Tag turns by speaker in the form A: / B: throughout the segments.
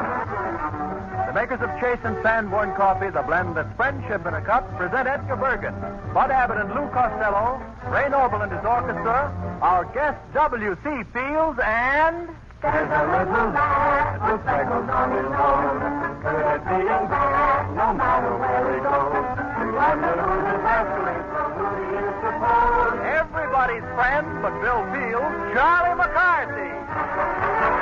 A: The makers of Chase and Sanborn Coffee, the blend that's friendship in a cup, present Edgar Bergen, Bud Abbott and Lou Costello, Ray Noble and his orchestra, our guest W.C. Fields, and. There's a little lad with freckles on his nose. Good at being bad, no matter where he goes. We wonder who this masquerade from who he is supposed. Everybody's friend but Bill Fields, Charlie McCarthy.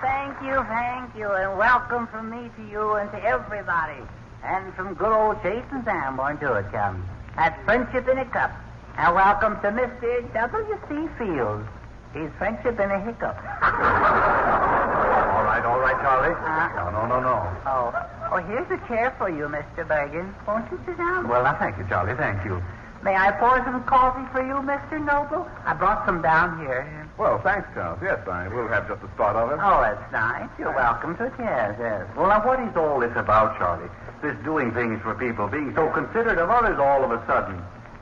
B: Thank you, thank you, and welcome from me to you and to everybody. And from good old Chase and Sanborn, too, it comes. That's friendship in a cup. And welcome to Mr. W.C. Fields. He's friendship in a hiccup.
A: All right, all right, Charlie.
B: Uh-uh.
A: no, no, no, no.
B: Oh, oh, here's a chair for you, Mr. Bergen. Won't you sit down?
A: Well, now, thank you, Charlie. Thank you.
B: May I pour some coffee for you, Mr. Noble? I brought some down here.
A: Well, thanks, Charles. Yes, I will have just a start of it.
B: Oh, that's nice. You're welcome to it. Yes, yes.
A: Well, now, what is all this about, Charlie? This doing things for people, being so considerate of others all of a sudden.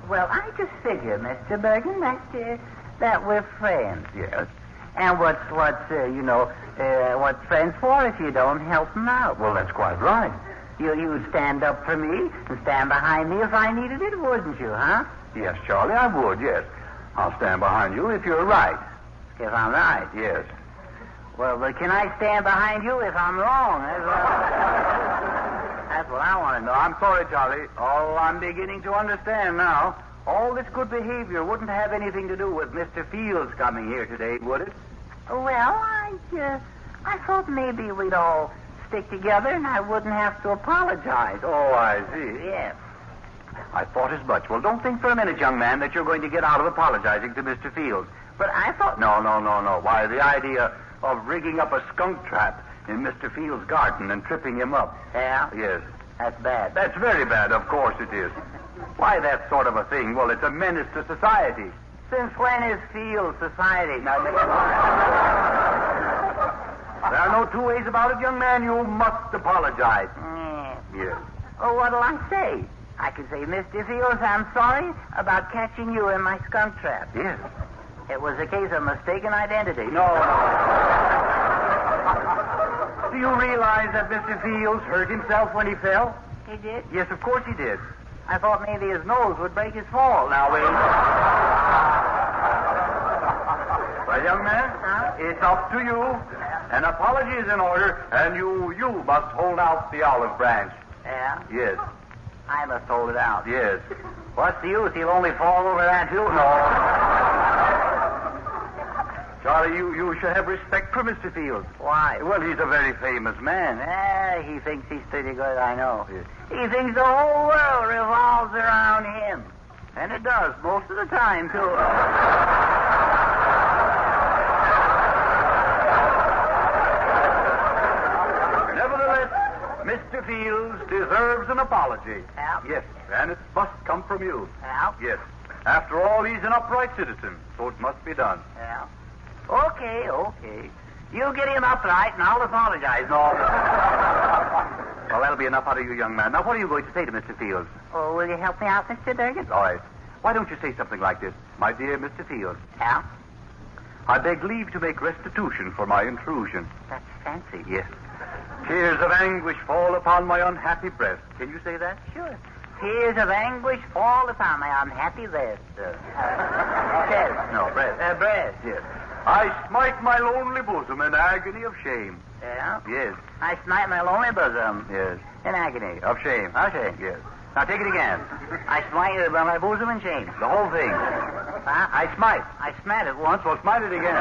B: Well, I just figure, Mr. Bergen, that uh, that we're friends.
A: Yes.
B: And what's what's uh, you know uh, what friends for if you don't help them out?
A: Well, that's quite right.
B: you you'd stand up for me and stand behind me if I needed it, wouldn't you? Huh?
A: Yes, Charlie, I would, yes. I'll stand behind you if you're right.
B: If I'm right.
A: Yes.
B: Well, but can I stand behind you if I'm wrong? That's what, that's what I want to
A: No,
B: know.
A: I'm sorry, Charlie. Oh, I'm beginning to understand now. All this good behavior wouldn't have anything to do with Mr. Fields coming here today, would it?
B: Well, I uh, I thought maybe we'd all stick together and I wouldn't have to apologize.
A: Oh, I see.
B: Yes.
A: I thought as much. Well, don't think for a minute, young man, that you're going to get out of apologizing to Mr. Fields.
B: But I thought
A: No, no, no, no. Why, the idea of rigging up a skunk trap in Mr. Fields' garden and tripping him up.
B: Yeah,
A: Yes.
B: that's bad.
A: That's very bad. Of course it is. Why, that sort of a thing? Well, it's a menace to society.
B: Since when is field society?
A: Now, there are no two ways about it, young man. You must apologize.
B: Yeah.
A: Yes.
B: Oh, what'll I say? I can say, Mr. Fields, I'm sorry about catching you in my skunk trap.
A: Yes.
B: It was a case of mistaken identity.
A: No, no. Do you realize that Mr. Fields hurt himself when he fell?
B: He did?
A: Yes, of course he did.
B: I thought maybe his nose would break his fall. Now, wait.
A: Well, young man,
B: Huh?
A: it's up to you. An apology is in order, and you you must hold out the olive branch.
B: Yeah,
A: Yes,
B: I must hold it out.
A: yes.
B: What's the use? He'll only fall over that hill.
A: No. Charlie, you, you should have respect for Mr. Fields.
B: Why?
A: Well, he's a very famous man.
B: Eh, he thinks he's pretty good, I know.
A: Yes.
B: He thinks the whole world revolves around him. And it does, most of the time, too.
A: Nevertheless, Mr. Fields deserves an apology.
B: Yeah.
A: Yes, and it must come from you.
B: Well,
A: Yes. After all, he's an upright citizen, so it must be done.
B: well. Okay, okay. You get him upright, and I'll apologize. No.
A: Well, that'll be enough out of you, young man. Now, what are you going to say to Mr. Fields?
B: oh, will you help me out, Mr. Durgan?
A: All right. Why don't you say something like this? My dear Mr. Fields,
B: Yeah.
A: I beg leave to make restitution for my intrusion.
B: That's fancy.
A: Yes. Tears of anguish fall upon my unhappy breast. Can you say that?
B: Sure. Tears of anguish fall upon my unhappy breast. Uh, chest.
A: No, breast.
B: Uh, breast.
A: Yes. I smite my lonely bosom in agony of shame.
B: Yeah?
A: Yes.
B: I snipe my lonely bosom.
A: Yes.
B: In agony.
A: Of shame.
B: Of shame.
A: Yes. Now take it again.
B: I smite it by my bosom and shame.
A: The whole thing.
B: Huh?
A: I smite.
B: I smite it once.
A: Well, smite it again.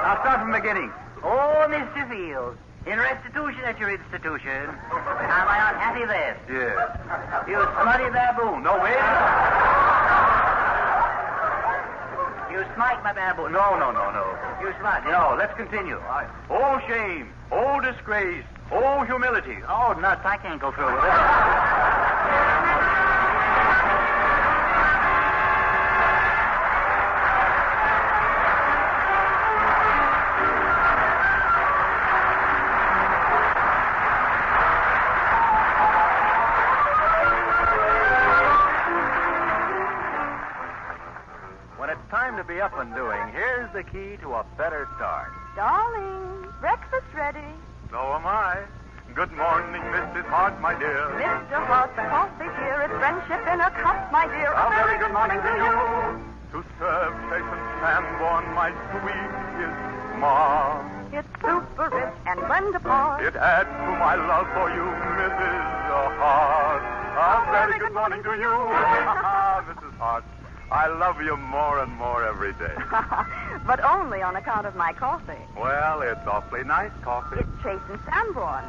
A: now start from the beginning.
B: Oh, Mr. Fields, in restitution at your institution, am I unhappy there?
A: Yes.
B: You smutty baboon.
A: No, wait.
B: You smite my baboon.
A: No, no, no, no.
B: You smut.
A: No, let's continue. I... Oh, shame. Oh, disgrace. Oh, humility.
B: Oh, nuts. I can't go through with it.
A: When it's time to be up and doing, here's the key to a better start.
C: Darling, breakfast ready.
A: So am I. Good morning, Mrs. Hart, my dear.
C: Mr. Hart, the coffee here is friendship in a cup, my dear.
A: A
C: A very good morning to you.
A: To serve Jason Sanborn, my sweetest ma.
C: It's super rich and when to pour.
A: It adds to my love for you, Mrs. Hart. A very good morning to you, Mrs. Hart. I love you more and more every day.
C: but only on account of my coffee.
A: Well, it's awfully nice coffee.
C: It's Chase and Sanborn.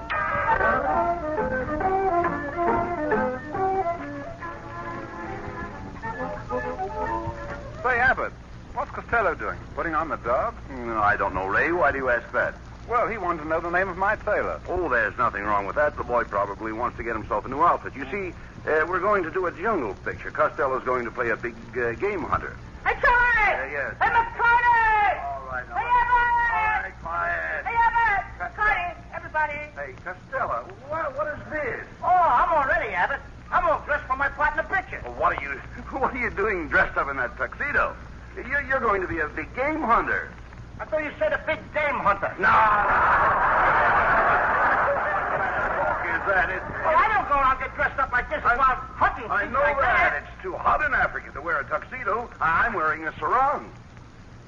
A: Say, Abbott, what's Costello doing? Putting on the dog?
D: Mm, I don't know, Ray. Why do you ask that?
A: Well, he wanted to know the name of my tailor.
D: Oh, there's nothing wrong with that. The boy probably wants to get himself a new outfit. You see, uh, we're going to do a jungle picture. Costello's going to play a big uh, game hunter.
C: Hey, Charlie!
D: Uh, yes.
C: Hey, Miss Carter!
D: All right, all
C: Hey,
D: right.
C: Evan!
D: All right, quiet.
C: Hey, Evan! Carter, everybody.
D: Hey, Costello, what, what is this?
B: Oh, I'm all ready, Abbott. I'm all dressed for my part in the picture.
D: Well, Oh, what are you What are you doing dressed up in that tuxedo? You're, you're going to be a big game hunter.
B: I thought you said a big game hunter.
D: No. is that it?
B: Oh, I don't go out and get dressed up like this while hunting.
D: I
B: things
D: know
B: like
D: that. It's too hot in Africa to wear a tuxedo. I'm wearing a sarong.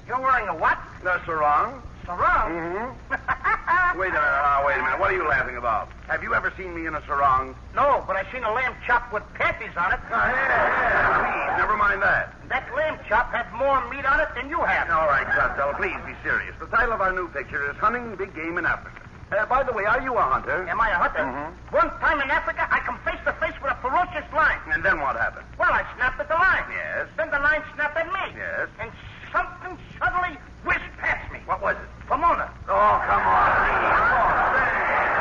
B: You're wearing a what?
D: A sarong?
B: Sarong?
D: Mm-hmm. wait a minute. Now, wait a minute. What are you laughing about? Have you ever seen me in a sarong? Ah,
B: No, but I seen a lamb chop with panties on it.
D: Now, hey, hey, please, never mind that.
B: That lamb chop had more meat on it than you have.
D: All right, Costello, please be serious. The title of our new picture is Hunting Big Game in Africa. Uh, by the way, are you a hunter?
B: Am I a hunter?
D: Mhm.
B: One time in Africa, I come face to face with a ferocious lion.
D: And then what happened?
B: Well, I snapped at the lion.
D: Yes.
B: Then the lion snapped at me.
D: Yes.
B: And something suddenly whizzed past me.
D: What was it?
B: Pomona.
D: Oh, come on, please. Oh, say.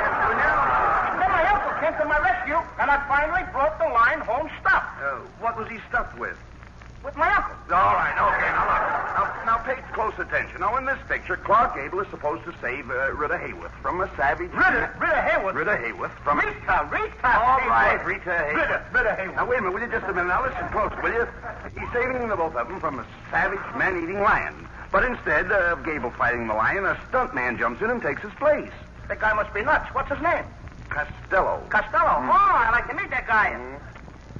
B: Then my uncle came to my rescue, and I finally brought the lion home stuffed
D: Uh, what was he stuffed with?
B: with my uncle.
D: All right, okay, now look. Now, now pay close attention. Now, in this picture, Clark Gable is supposed to save uh, Rita Hayworth from a savage...
B: Rita, Rita Hayworth.
D: Rita Hayworth from...
B: Rita, Rita.
D: All
B: Hayworth.
D: right, Rita Hayworth.
B: Rita, Rita Hayworth.
D: Now, wait a minute, will you? Just a minute. Now, listen close, will you? He's saving the both of them from a savage, man-eating lion. But instead of Gable fighting the lion, a stunt man jumps in and takes his place.
B: The guy must be nuts. What's his name?
D: Costello. Mm-hmm.
B: Costello. Oh, I'd like to meet that guy.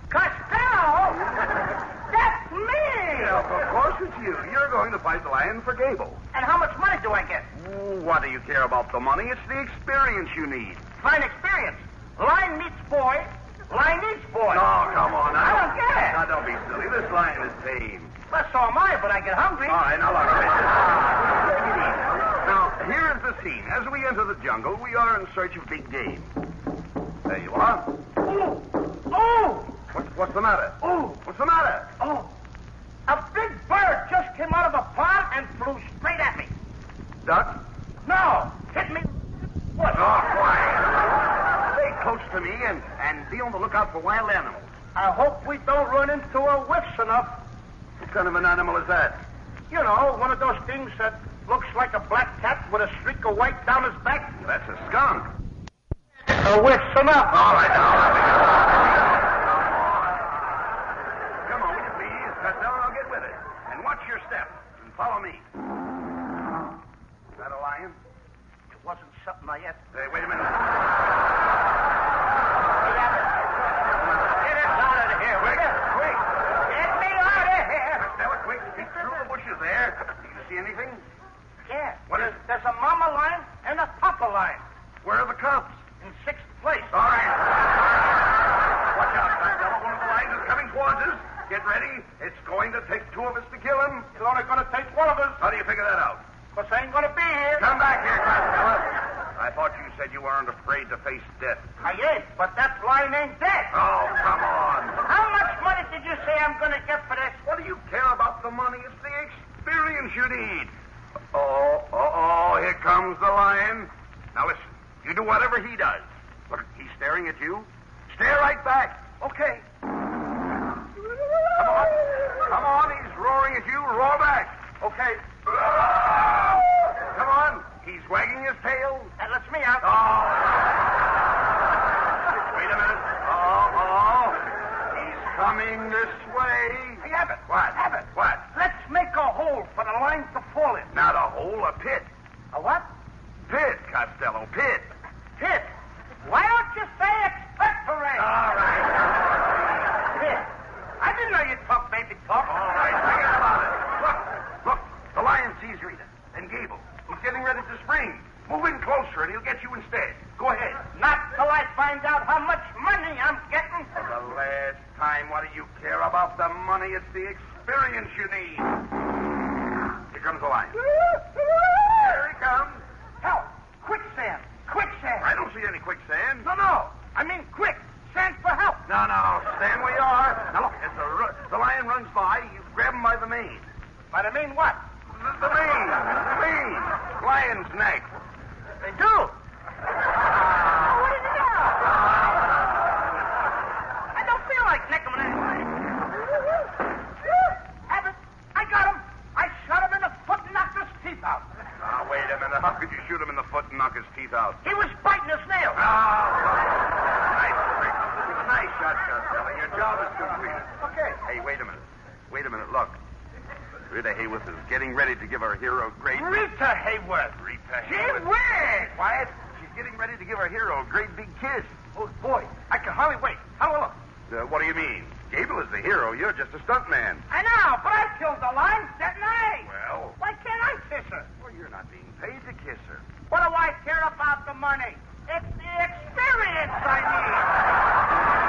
B: Costello? That's me.
D: Well, of course it's you. You're going to fight the lion for Gable.
B: And how much money do I get?
D: Oh, What do you care about the money? It's the experience you need.
B: Fine experience. Line meets boy. Line eats boy.
D: No, come on.
B: I don't get it.
D: Now, don't be silly. This lion is tame.
B: Well, so am I, but I get hungry.
D: All right, now look. Take it easy. Now, here is the scene. As we enter the jungle, we are in search of big game. There you are.
B: Oh, oh,
D: What's, what's the matter?
B: oh,
D: What's the matter?
B: oh. A big bird just came out of a pond and flew straight at me.
D: Duck?
B: No, hit me. What?
D: Oh, quiet. Stay close to me and, and be on the lookout for wild animals.
B: I hope we don't run into a whiffs enough.
D: What kind of an animal is that?
B: You know, one of those things that looks like a black cat with a streak of white down his back.
D: That's a skunk.
B: A whiffs enough.
D: All right, now. let me go. Come on, will you please? Cut down, I'll get with it. And watch your step. And follow me. Is that a lion?
B: It wasn't something I ate.
D: Hey, wait a minute.
B: Get us out of here.
D: Quick, quick.
B: Get me out of here.
D: Costello, quick. Get through the bushes there. Do you see anything?
B: Yes, There's a mama lion and a papa lion
D: Where are the cops?
B: in sixth place.
D: All right. Watch out, Seinfeld. One of the lions is coming towards us. Get ready. It's going to take two of us to kill him.
B: It's only going to take one of us,
D: How do you figure that out?
B: because I ain't going to be here.
D: Come back here, Costello. I thought you said you weren't afraid to face death.
B: I ain't, but that lion ain't dead.
D: Oh, come on.
B: How much money did you say I'm going to get for this?
D: What do you care about the money? It's the experience you need. Oh, oh, oh, here comes the lion. Now listen, you do whatever he does. Look, he's staring at you. Stare right back. Okay. Come on. Come on, he's roaring at you. Roar back. Okay. Come on. He's wagging his tail.
B: That lets me out.
D: Oh. Wait a minute. Oh, oh. He's coming this way.
B: Hey, Abbott.
D: What?
B: Abbott.
D: What?
B: Let's make a hole for the lion to fall in.
D: Not a hole, a pit.
B: A what?
D: Pit, Costello, pit.
B: Pit. Why don't you say expectorate?
D: All right.
B: Pit. I didn't know you talk baby talk.
D: All right, forget about it. Look, look, the lion sees Rita and Gable. He's getting ready to spring. Move in closer and he'll get you instead. Go ahead.
B: Not till I find out how much money I'm getting.
D: For the last time, what do you care about the money? It's the experience you need. Here comes the lion. Here he comes.
B: Help! Quicksand! Quicksand!
D: I don't see any quicksand.
B: No, no. I mean quick. Sand for help.
D: No, no, stand where you are. Now look, as the, ru- the lion runs by, you grab him by the mane.
B: But I mean what?
D: The, the mane, the mane. Lion's neck.
B: They do.
E: What is it now?
B: I don't feel like nicking Abbott, I got him. I shot him in the foot and knocked his teeth out.
D: Now, wait a minute. How could you shoot him in the foot and knock his teeth out? Ah,
B: He was biting his nail.
D: nice trick. Nice shot, Costello. Your job is completed.
B: Okay.
D: Hey, wait a minute. Wait a minute. Look. Rita Hayworth is getting ready to give her hero great...
B: Rita Hayworth.
D: Rita
B: Gee
D: Hayworth.
B: whiz!
D: Quiet. She's getting ready to give her hero a great big kiss.
B: Oh, boy. I can hardly wait. How will I look?
D: Uh, what do you mean? Gable is the hero. You're just a stuntman.
B: I know, but I killed the lion, didn't I?
D: Well...
B: Why can't I kiss her?
D: Well, you're not being paid to kiss her.
B: What do I care about the money? It's the experience I need.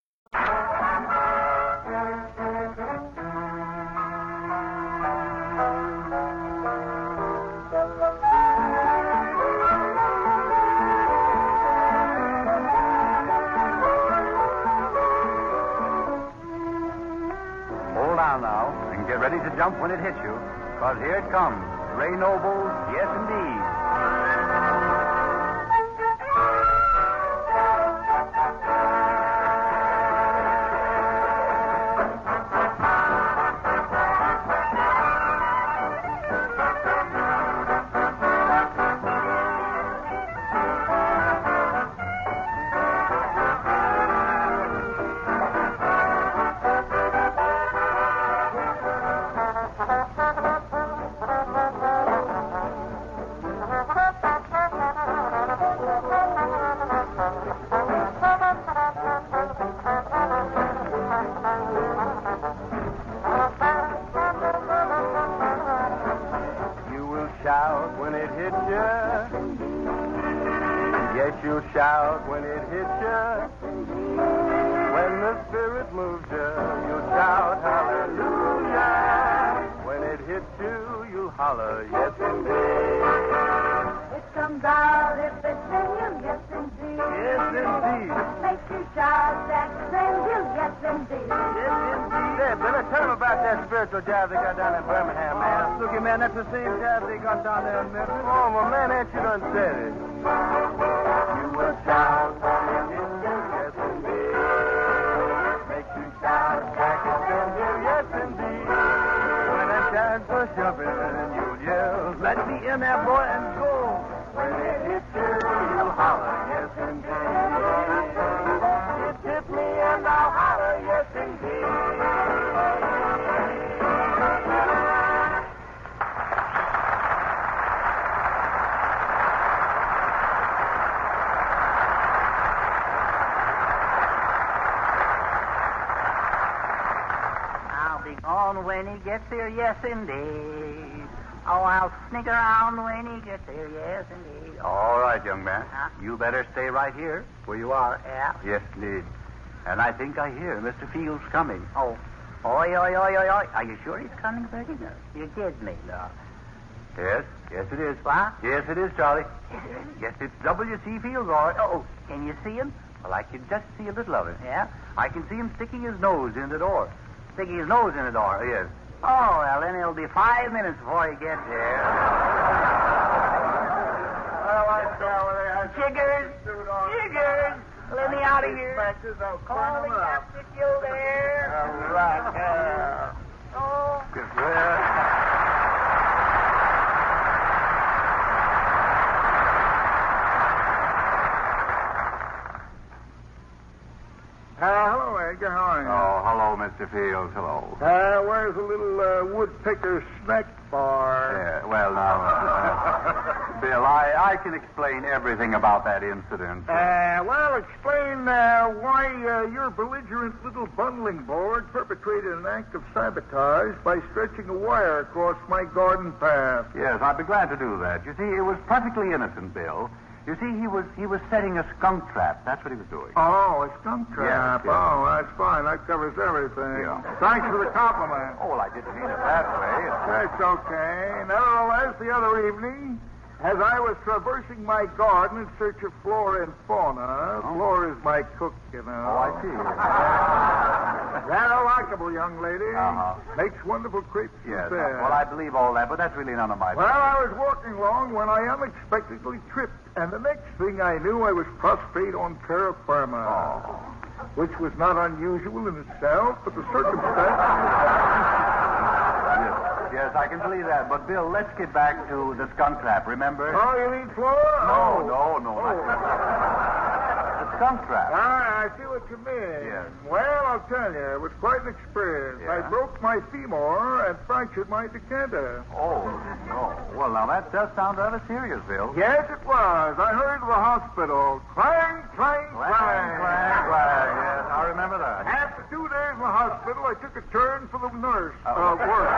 A: Hold on now and get ready to jump when it hits you, because here it comes. Ray Noble, yes indeed. You will shout when it hits you. Yes, you'll shout when it hits you. When the Spirit moves you, you'll shout hallelujah. When it hits you, you'll
D: Uh,
A: holler, yes, indeed.
E: It comes out if it's in you, yes indeed.
A: Yes, indeed.
E: Makes you shout that send you, yes indeed.
A: Yes, indeed. Hey, Billy, tell them about that spiritual jive they got down in Birmingham, man. Looky, man, that's the same jive they got down there in Memphis. Oh, my man, ain't you done said it. You will shout. Yes, indeed. Make you shout back and send you, yes, indeed. When that jive push
F: Let me in there, boy, and go.
A: Uh,
F: When it hits you, you'll holler, yes, indeed. It hit me and I'll holler, yes, indeed.
B: I'll be gone when he gets here, yes, indeed. Oh, I'll sneak around when he gets here, yes, indeed. Oh,
F: All right, young man.
B: Huh?
F: You better stay right here where you are.
B: yeah.
F: Yes, indeed. And I think I hear Mr. Fields coming.
B: Oh. Oi, oi, oi, oi, oi. Are you sure he's coming, Bertie? No. You did me, no.
F: Yes, yes, it is.
B: What?
F: Yes, it is, Charlie. Yes, it's W.C. Fields, all right. Oh,
B: Can you see him?
F: well, I can just see a little of it.
B: Yeah?
F: I can see him sticking his nose in the door. Sticking his nose in the door, yes.
B: Oh, well, then it'll be five minutes before he gets here.
A: Well, I tell you, they had
B: Jiggers! Jiggers! Let me out of here.
A: Inspectors, I'll
B: Call
A: clean
B: the
A: them up.
B: captain, you there.
A: All right. uh,
B: Oh,
A: Uh, hello, Edgar. How are you?
D: Oh, hello, Mr. Fields. Hello.
A: Uh, where's the little uh, woodpecker snack bar?
D: Yeah, well, now, uh, Bill, I, I can explain everything about that incident.
A: Uh, well, explain uh, why uh, your belligerent little bundling board perpetrated an act of sabotage by stretching a wire across my garden path.
D: Yes, I'd be glad to do that. You see, it was perfectly innocent, Bill. You see, he was he was setting a skunk trap. That's what he was doing.
A: Oh, a skunk trap.
D: Yeah, yeah.
A: Oh, that's fine. That covers everything.
D: Yeah.
A: Thanks for the compliment.
D: Oh, well, I didn't mean it that way.
A: That's okay. Nevertheless, the other evening, as I was traversing my garden in search of flora and fauna, flora is my cook, you know.
D: Oh, I see.
A: That remarkable young lady
D: Uh-huh.
A: makes wonderful crepes. she
D: Yes.
A: said.
D: Well, I believe all that, but that's really none of my
A: Well, I was walking along when I unexpectedly tripped, and the next thing I knew, I was prostrate on terra firma,
D: Oh.
A: which was not unusual in itself, but the circumstance.
D: business. Yes, I can believe that. But Bill, let's get back to the skunk trap. Remember?
A: oh, you mean flora?
D: No,
A: Oh.
D: no, no. not- The skunk trap.
A: Ah, I see what you mean.
D: Yes.
A: Well, I'll tell you, it was quite an experience.
D: Yeah?
A: I broke my femur and fractured my decanter.
D: Oh, oh. Well, now that does sound rather serious, Bill.
A: Yes, it was. I hurried to the hospital. Clang, clang,
D: Clang, clang, clang. Yes, I remember that.
A: After two days in the hospital, I took a turn for the nurse
D: Uh-oh.
A: uh, work.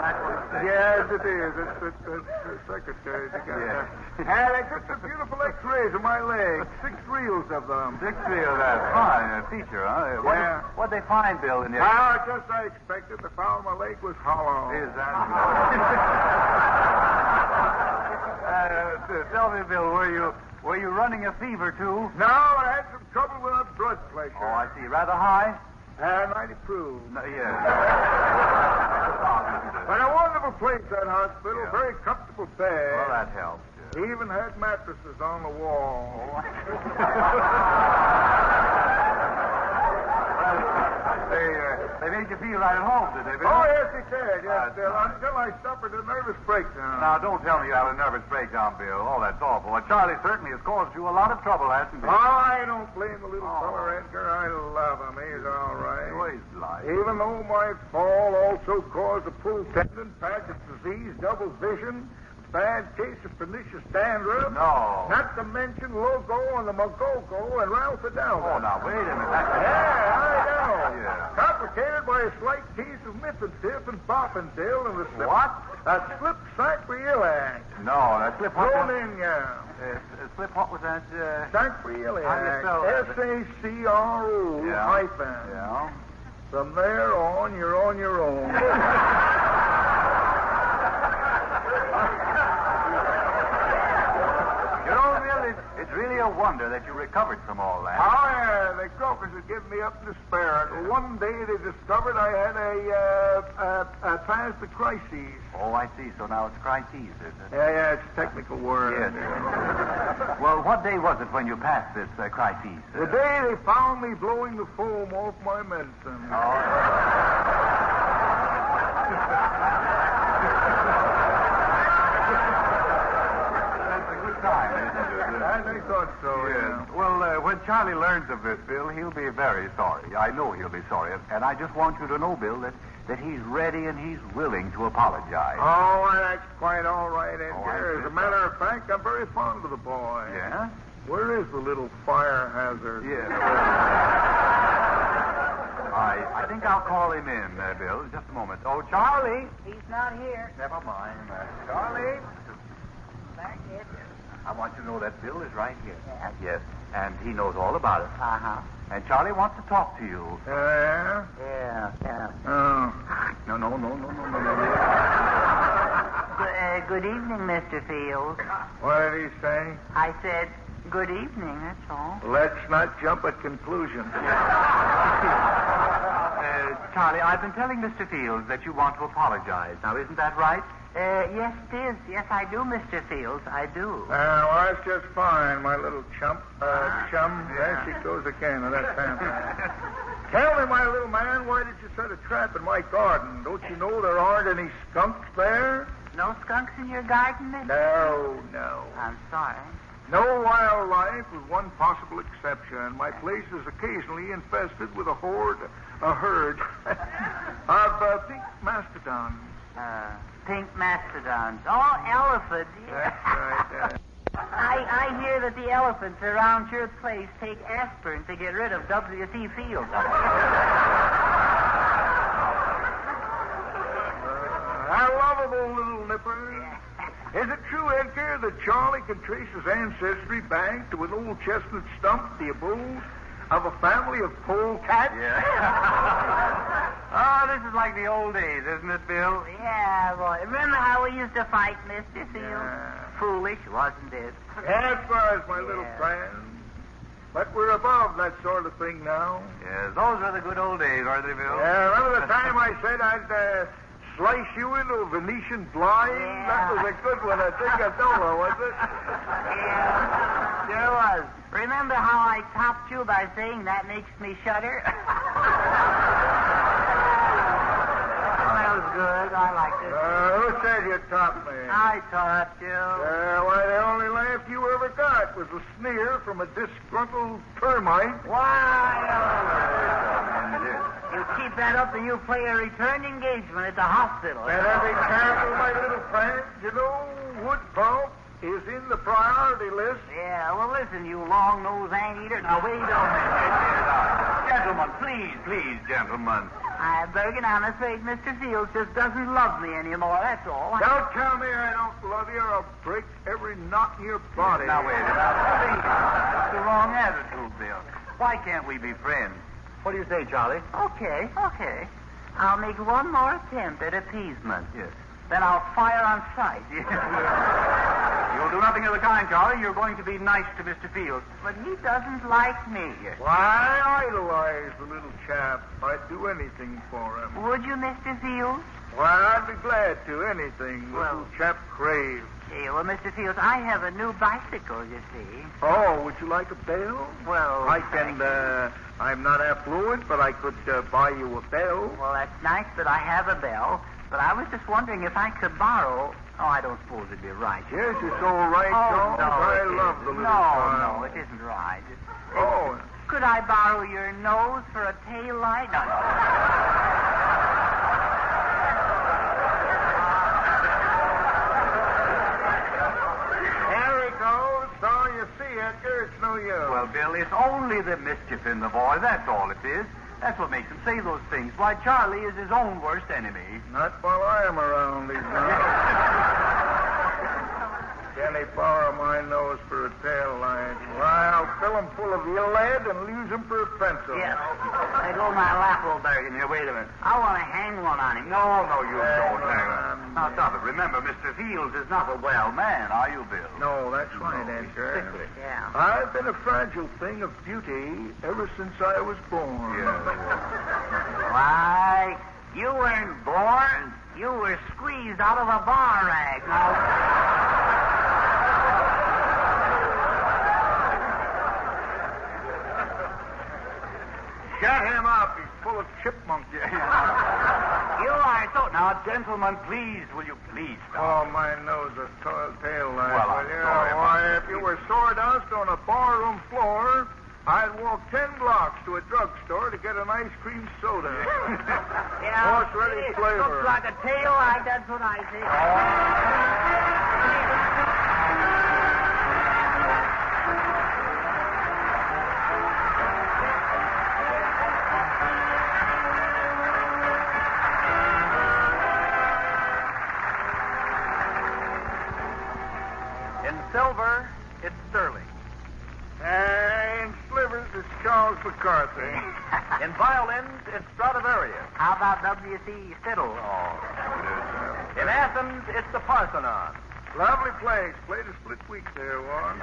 D: That's what it says.
A: yes, it is. It's, it's, it's the secretary. you got
D: Yes.
A: that. And I took some beautiful x-rays of my leg. Six reels of them.
D: Six years, that's fine. A teacher, huh? What
A: Yeah.
D: What'd they find, Bill, in the
A: Ah, just as I expected, the foul my leg was hollow.
D: Is that... uh, t- tell me, Bill, were you were you running a fever, too?
A: No, I had some trouble with that blood pressure.
D: Oh, I see. Rather high?
A: And I approved.
D: No, yes.
A: But a wonderful place, that hospital.
D: Yeah.
A: Very comfortable bed.
D: Well, that helps. yeah.
A: Even had mattresses on the
D: Oh,
A: wall.
D: They, uh, they made you feel right at home, did they, Bill?
A: Oh, yes, he did. Yes,
D: That's
A: Bill.
D: nice.
A: Until I suffered a nervous breakdown.
D: Now, don't tell me you had a nervous breakdown, Bill. Oh, that's awful. Well, Charlie certainly has caused you a lot of trouble, hasn't he?
A: Oh, I don't blame the little
D: Oh.
A: fella, Edgar. I love him. He's all right.
D: Always like.
A: Even though my fall also caused a pulled tendon, Paget's disease, double vision, bad case of pernicious dandruff,
D: No.
A: not to mention Logo and the Mogogo and Ralph Adele.
D: Oh, now, wait a minute.
A: Yeah, I know.
D: Yeah.
A: Complicated by a slight tease of Miffendip and Boffindale and the slip.
D: What?
A: A slip sacroiliac.
D: No, that slip what?
A: Thrown in ya.
D: Uh, uh, slip what was that? Uh, How do you
A: Sacroiliac.
D: spell that?
A: S-A-C-R-O
D: Yeah.
A: hyphen.
D: yeah.
A: From there on, you're on your own.
D: You know, Bill, it's, it's really a wonder that you recovered from all that.
A: Oh, yeah, the croakers had given me up in despair. Until One day they discovered I had a, uh, a, a past the crises.
D: Oh, I see. So now it's crises, is it?
A: Yeah, yeah, it's a technical word.
D: Yes. well, what day was it when you passed this uh, crisis?
A: The day they found me blowing the foam off my medicine.
D: Oh.
A: thought so, yeah.
D: Yeah. Oh, Well, uh, when Charlie learns of this, Bill, he'll be very sorry. I know he'll be sorry. And I just want you to know, Bill, that, that he's ready and he's willing to apologize.
A: Oh, why, that's quite all right, Edgar.
D: Oh, I see.
A: As a matter of fact, I'm very fond of the boy.
D: Yeah?
A: Where is the little fire hazard?
D: Yeah. I, I think I'll call him in, uh, Bill. Just a moment. Oh, Charlie.
B: He's not here.
D: Never mind. Uh, Charlie.
B: There he is.
D: I want you to know that Bill is right here.
B: Yeah.
D: Yes. And he knows all about it.
B: Uh-huh.
D: And Charlie wants to talk to you. Uh,
A: Yeah?
B: Yeah, yeah.
A: Oh.
D: No, no, no, no, no, no, no.
B: Good, uh, good evening, Mr. Fields.
A: What did he say?
B: I said good evening, that's all.
A: Let's not jump at conclusions.
D: Uh, Charlie, I've been telling Mr. Fields that you want to apologize. Now, isn't that right?
B: Uh, yes, it is. Yes, I do, Mr. Fields. I do.
A: Uh, well, that's just fine, my little chump. Uh, chum. There she goes again with that pamphlet. Tell me, my little man, why did you set a trap in my garden? Don't you know there aren't any skunks there?
B: No skunks in your garden, Mr.
A: No, no.
B: I'm sorry.
A: No wildlife, with one possible exception. My place is occasionally infested with a horde, a herd of uh, pink mastodons.
B: Uh, pink mastodons. Oh, elephants.
A: That's right. Uh,
B: I, I hear that the elephants around your place take aspirin to get rid of W.C. Fields.
A: Our lovable little nipper. Is it true, Edgar, that Charlie can trace his ancestry back to an old chestnut stump, the abode of a family of pole cats?
D: Oh, this is like the old days, isn't it, Bill?
B: yeah, boy. Remember how we used to fight, Mr. Fields?
A: Yeah.
B: Foolish, wasn't it?
A: That was, my little
B: Yeah.
A: friend. But we're above that sort of thing now.
D: Yes, those were the good old days, aren't they, Bill?
A: Yeah, remember the time I said I'd uh, slice you into a Venetian blind?
B: Yeah.
A: That was a good one, I think, I know, was it?
B: Yeah, sure was. Remember how I topped you by saying that makes me shudder? that was good. I liked it.
A: Uh, who said you topped me?
B: I topped you.
A: Uh, why, the only laugh you ever got was a sneer from a disgruntled termite.
B: Why? uh, You keep that up and you play a return engagement at the hospital.
A: Better be careful, my little friend. You know, wood pulp is in the priority list.
B: Yeah, well, listen, you long-nosed anteater. Now, wait a minute.
D: Gentlemen, please, please, gentlemen.
B: I, Bergen, I'm afraid Mr. Fields just doesn't love me anymore, that's all.
A: Don't tell me I don't love you or I'll break every knot in your body.
D: Now, wait a minute. Think. That's the wrong attitude, Bill. Why can't we be friends? What do you say, Charlie?
B: Okay, okay. I'll make one more attempt at appeasement.
D: Yes.
B: Then I'll fire on sight.
D: You'll do nothing of the kind, Charlie. You're going to be nice to Mr. Fields.
B: But he doesn't like me.
A: Why, I idolize the little chap. I'd do anything for him.
B: Would you, Mr. Fields?
A: Why, I'd be glad to. Anything the
B: Well-
A: little chap craves.
B: Yeah, well, Mr. Fields, I have a new bicycle, you see.
A: Oh, would you like a bell?
B: Well,
A: I can, uh, I'm not affluent, but I could uh, buy you a bell.
B: Well, that's nice that I have a bell, but I was just wondering if I could borrow. Oh, I don't suppose it'd be right.
A: Yes, it's all right,
B: Oh,
A: Charles.
B: no,
A: I
B: it
A: love
B: isn't.
A: the little
B: No,
A: child.
B: no, it isn't right.
A: Oh,
B: Could I borrow your nose for a tail light? No, no.
A: there it goes. So you see, Edgar, it's no use.
D: Well, Bill, it's only the mischief in the boy. That's all it is. That's what makes him say those things. Why, Charlie is his own worst enemy.
A: not while I am around, he's not. Can he borrow my nose for a tail light? Why, I'll fill him full of lead and lose him for a pencil.
B: Yes. I go my lap, old
D: Bergen, here, wait a minute.
B: I want to hang one on him.
D: No, no, you don't, Bergen.
A: um,
D: Now, stop it. Remember, Mr. Fields is not a well man, are you, Bill?
A: No, that's right,
D: No,
A: Edgar.
D: strictly.
B: Yeah.
A: I've been a fragile thing of beauty ever since I was born.
D: Yeah.
B: Why, you weren't born. You were squeezed out of a bar rag. Now,
A: Shut him up. He's full of chipmunks.
D: Yeah.
G: You are so. Now, gentlemen, please, will you please
A: Oh, my nose is tall tail light.
G: Well, I'm
A: will you?
G: sorry,
A: Why,
G: but-
A: if you were sawdust on a barroom floor, I'd walk ten blocks to a drugstore to get an ice cream soda.
B: Yeah,
A: Horse ready
B: it
A: flavor.
B: Looks like a tail light. That's what I see.
D: In silver, it's sterling.
A: And slivers is Charles McCarthy.
D: In violins, it's Stradivarius.
B: How about W.C. Fiddle?
D: In Athens, it's the Parthenon.
A: Lovely place. Played a split week there, Warren.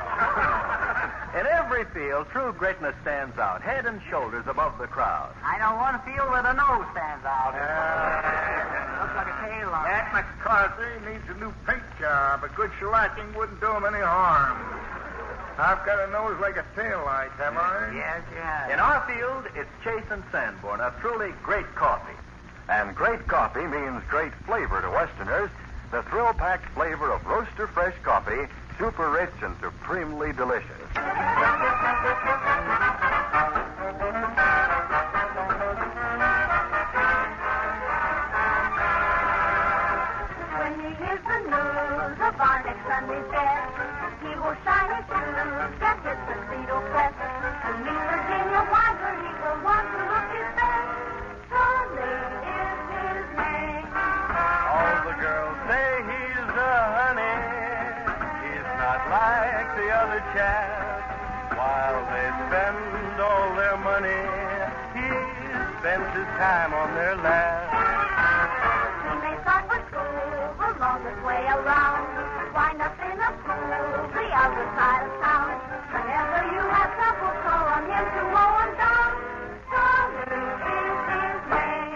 D: In every field, true greatness stands out, head and shoulders above the crowd.
B: I know one field where the nose stands out.
A: Ah.
B: Looks like a tail light.
A: That McCarthy needs a new paint job. A good shellacking wouldn't do him any harm. I've got a nose like a tail light, have I?
B: Yes, yes.
D: In our field, it's Chase and Sanborn, a truly great coffee.
G: And great coffee means great flavor to Westerners. The thrill packed flavor of roaster fresh coffee, super rich and supremely delicious.
E: When he hears the news of our next Sunday's death, he will shine his shoes, get his tuxedo press. To meet Virginia Wiser, he will want to look his best. Sunday is his name.
D: All the girls say he's a honey. He's not like the other chap. While they spend all their money, he spends his time on their lap.
E: He may start for school the longest way around. Wind up in a pool the other side of town. Whenever you have trouble, call on him to mow 'em down. Sunday is his name.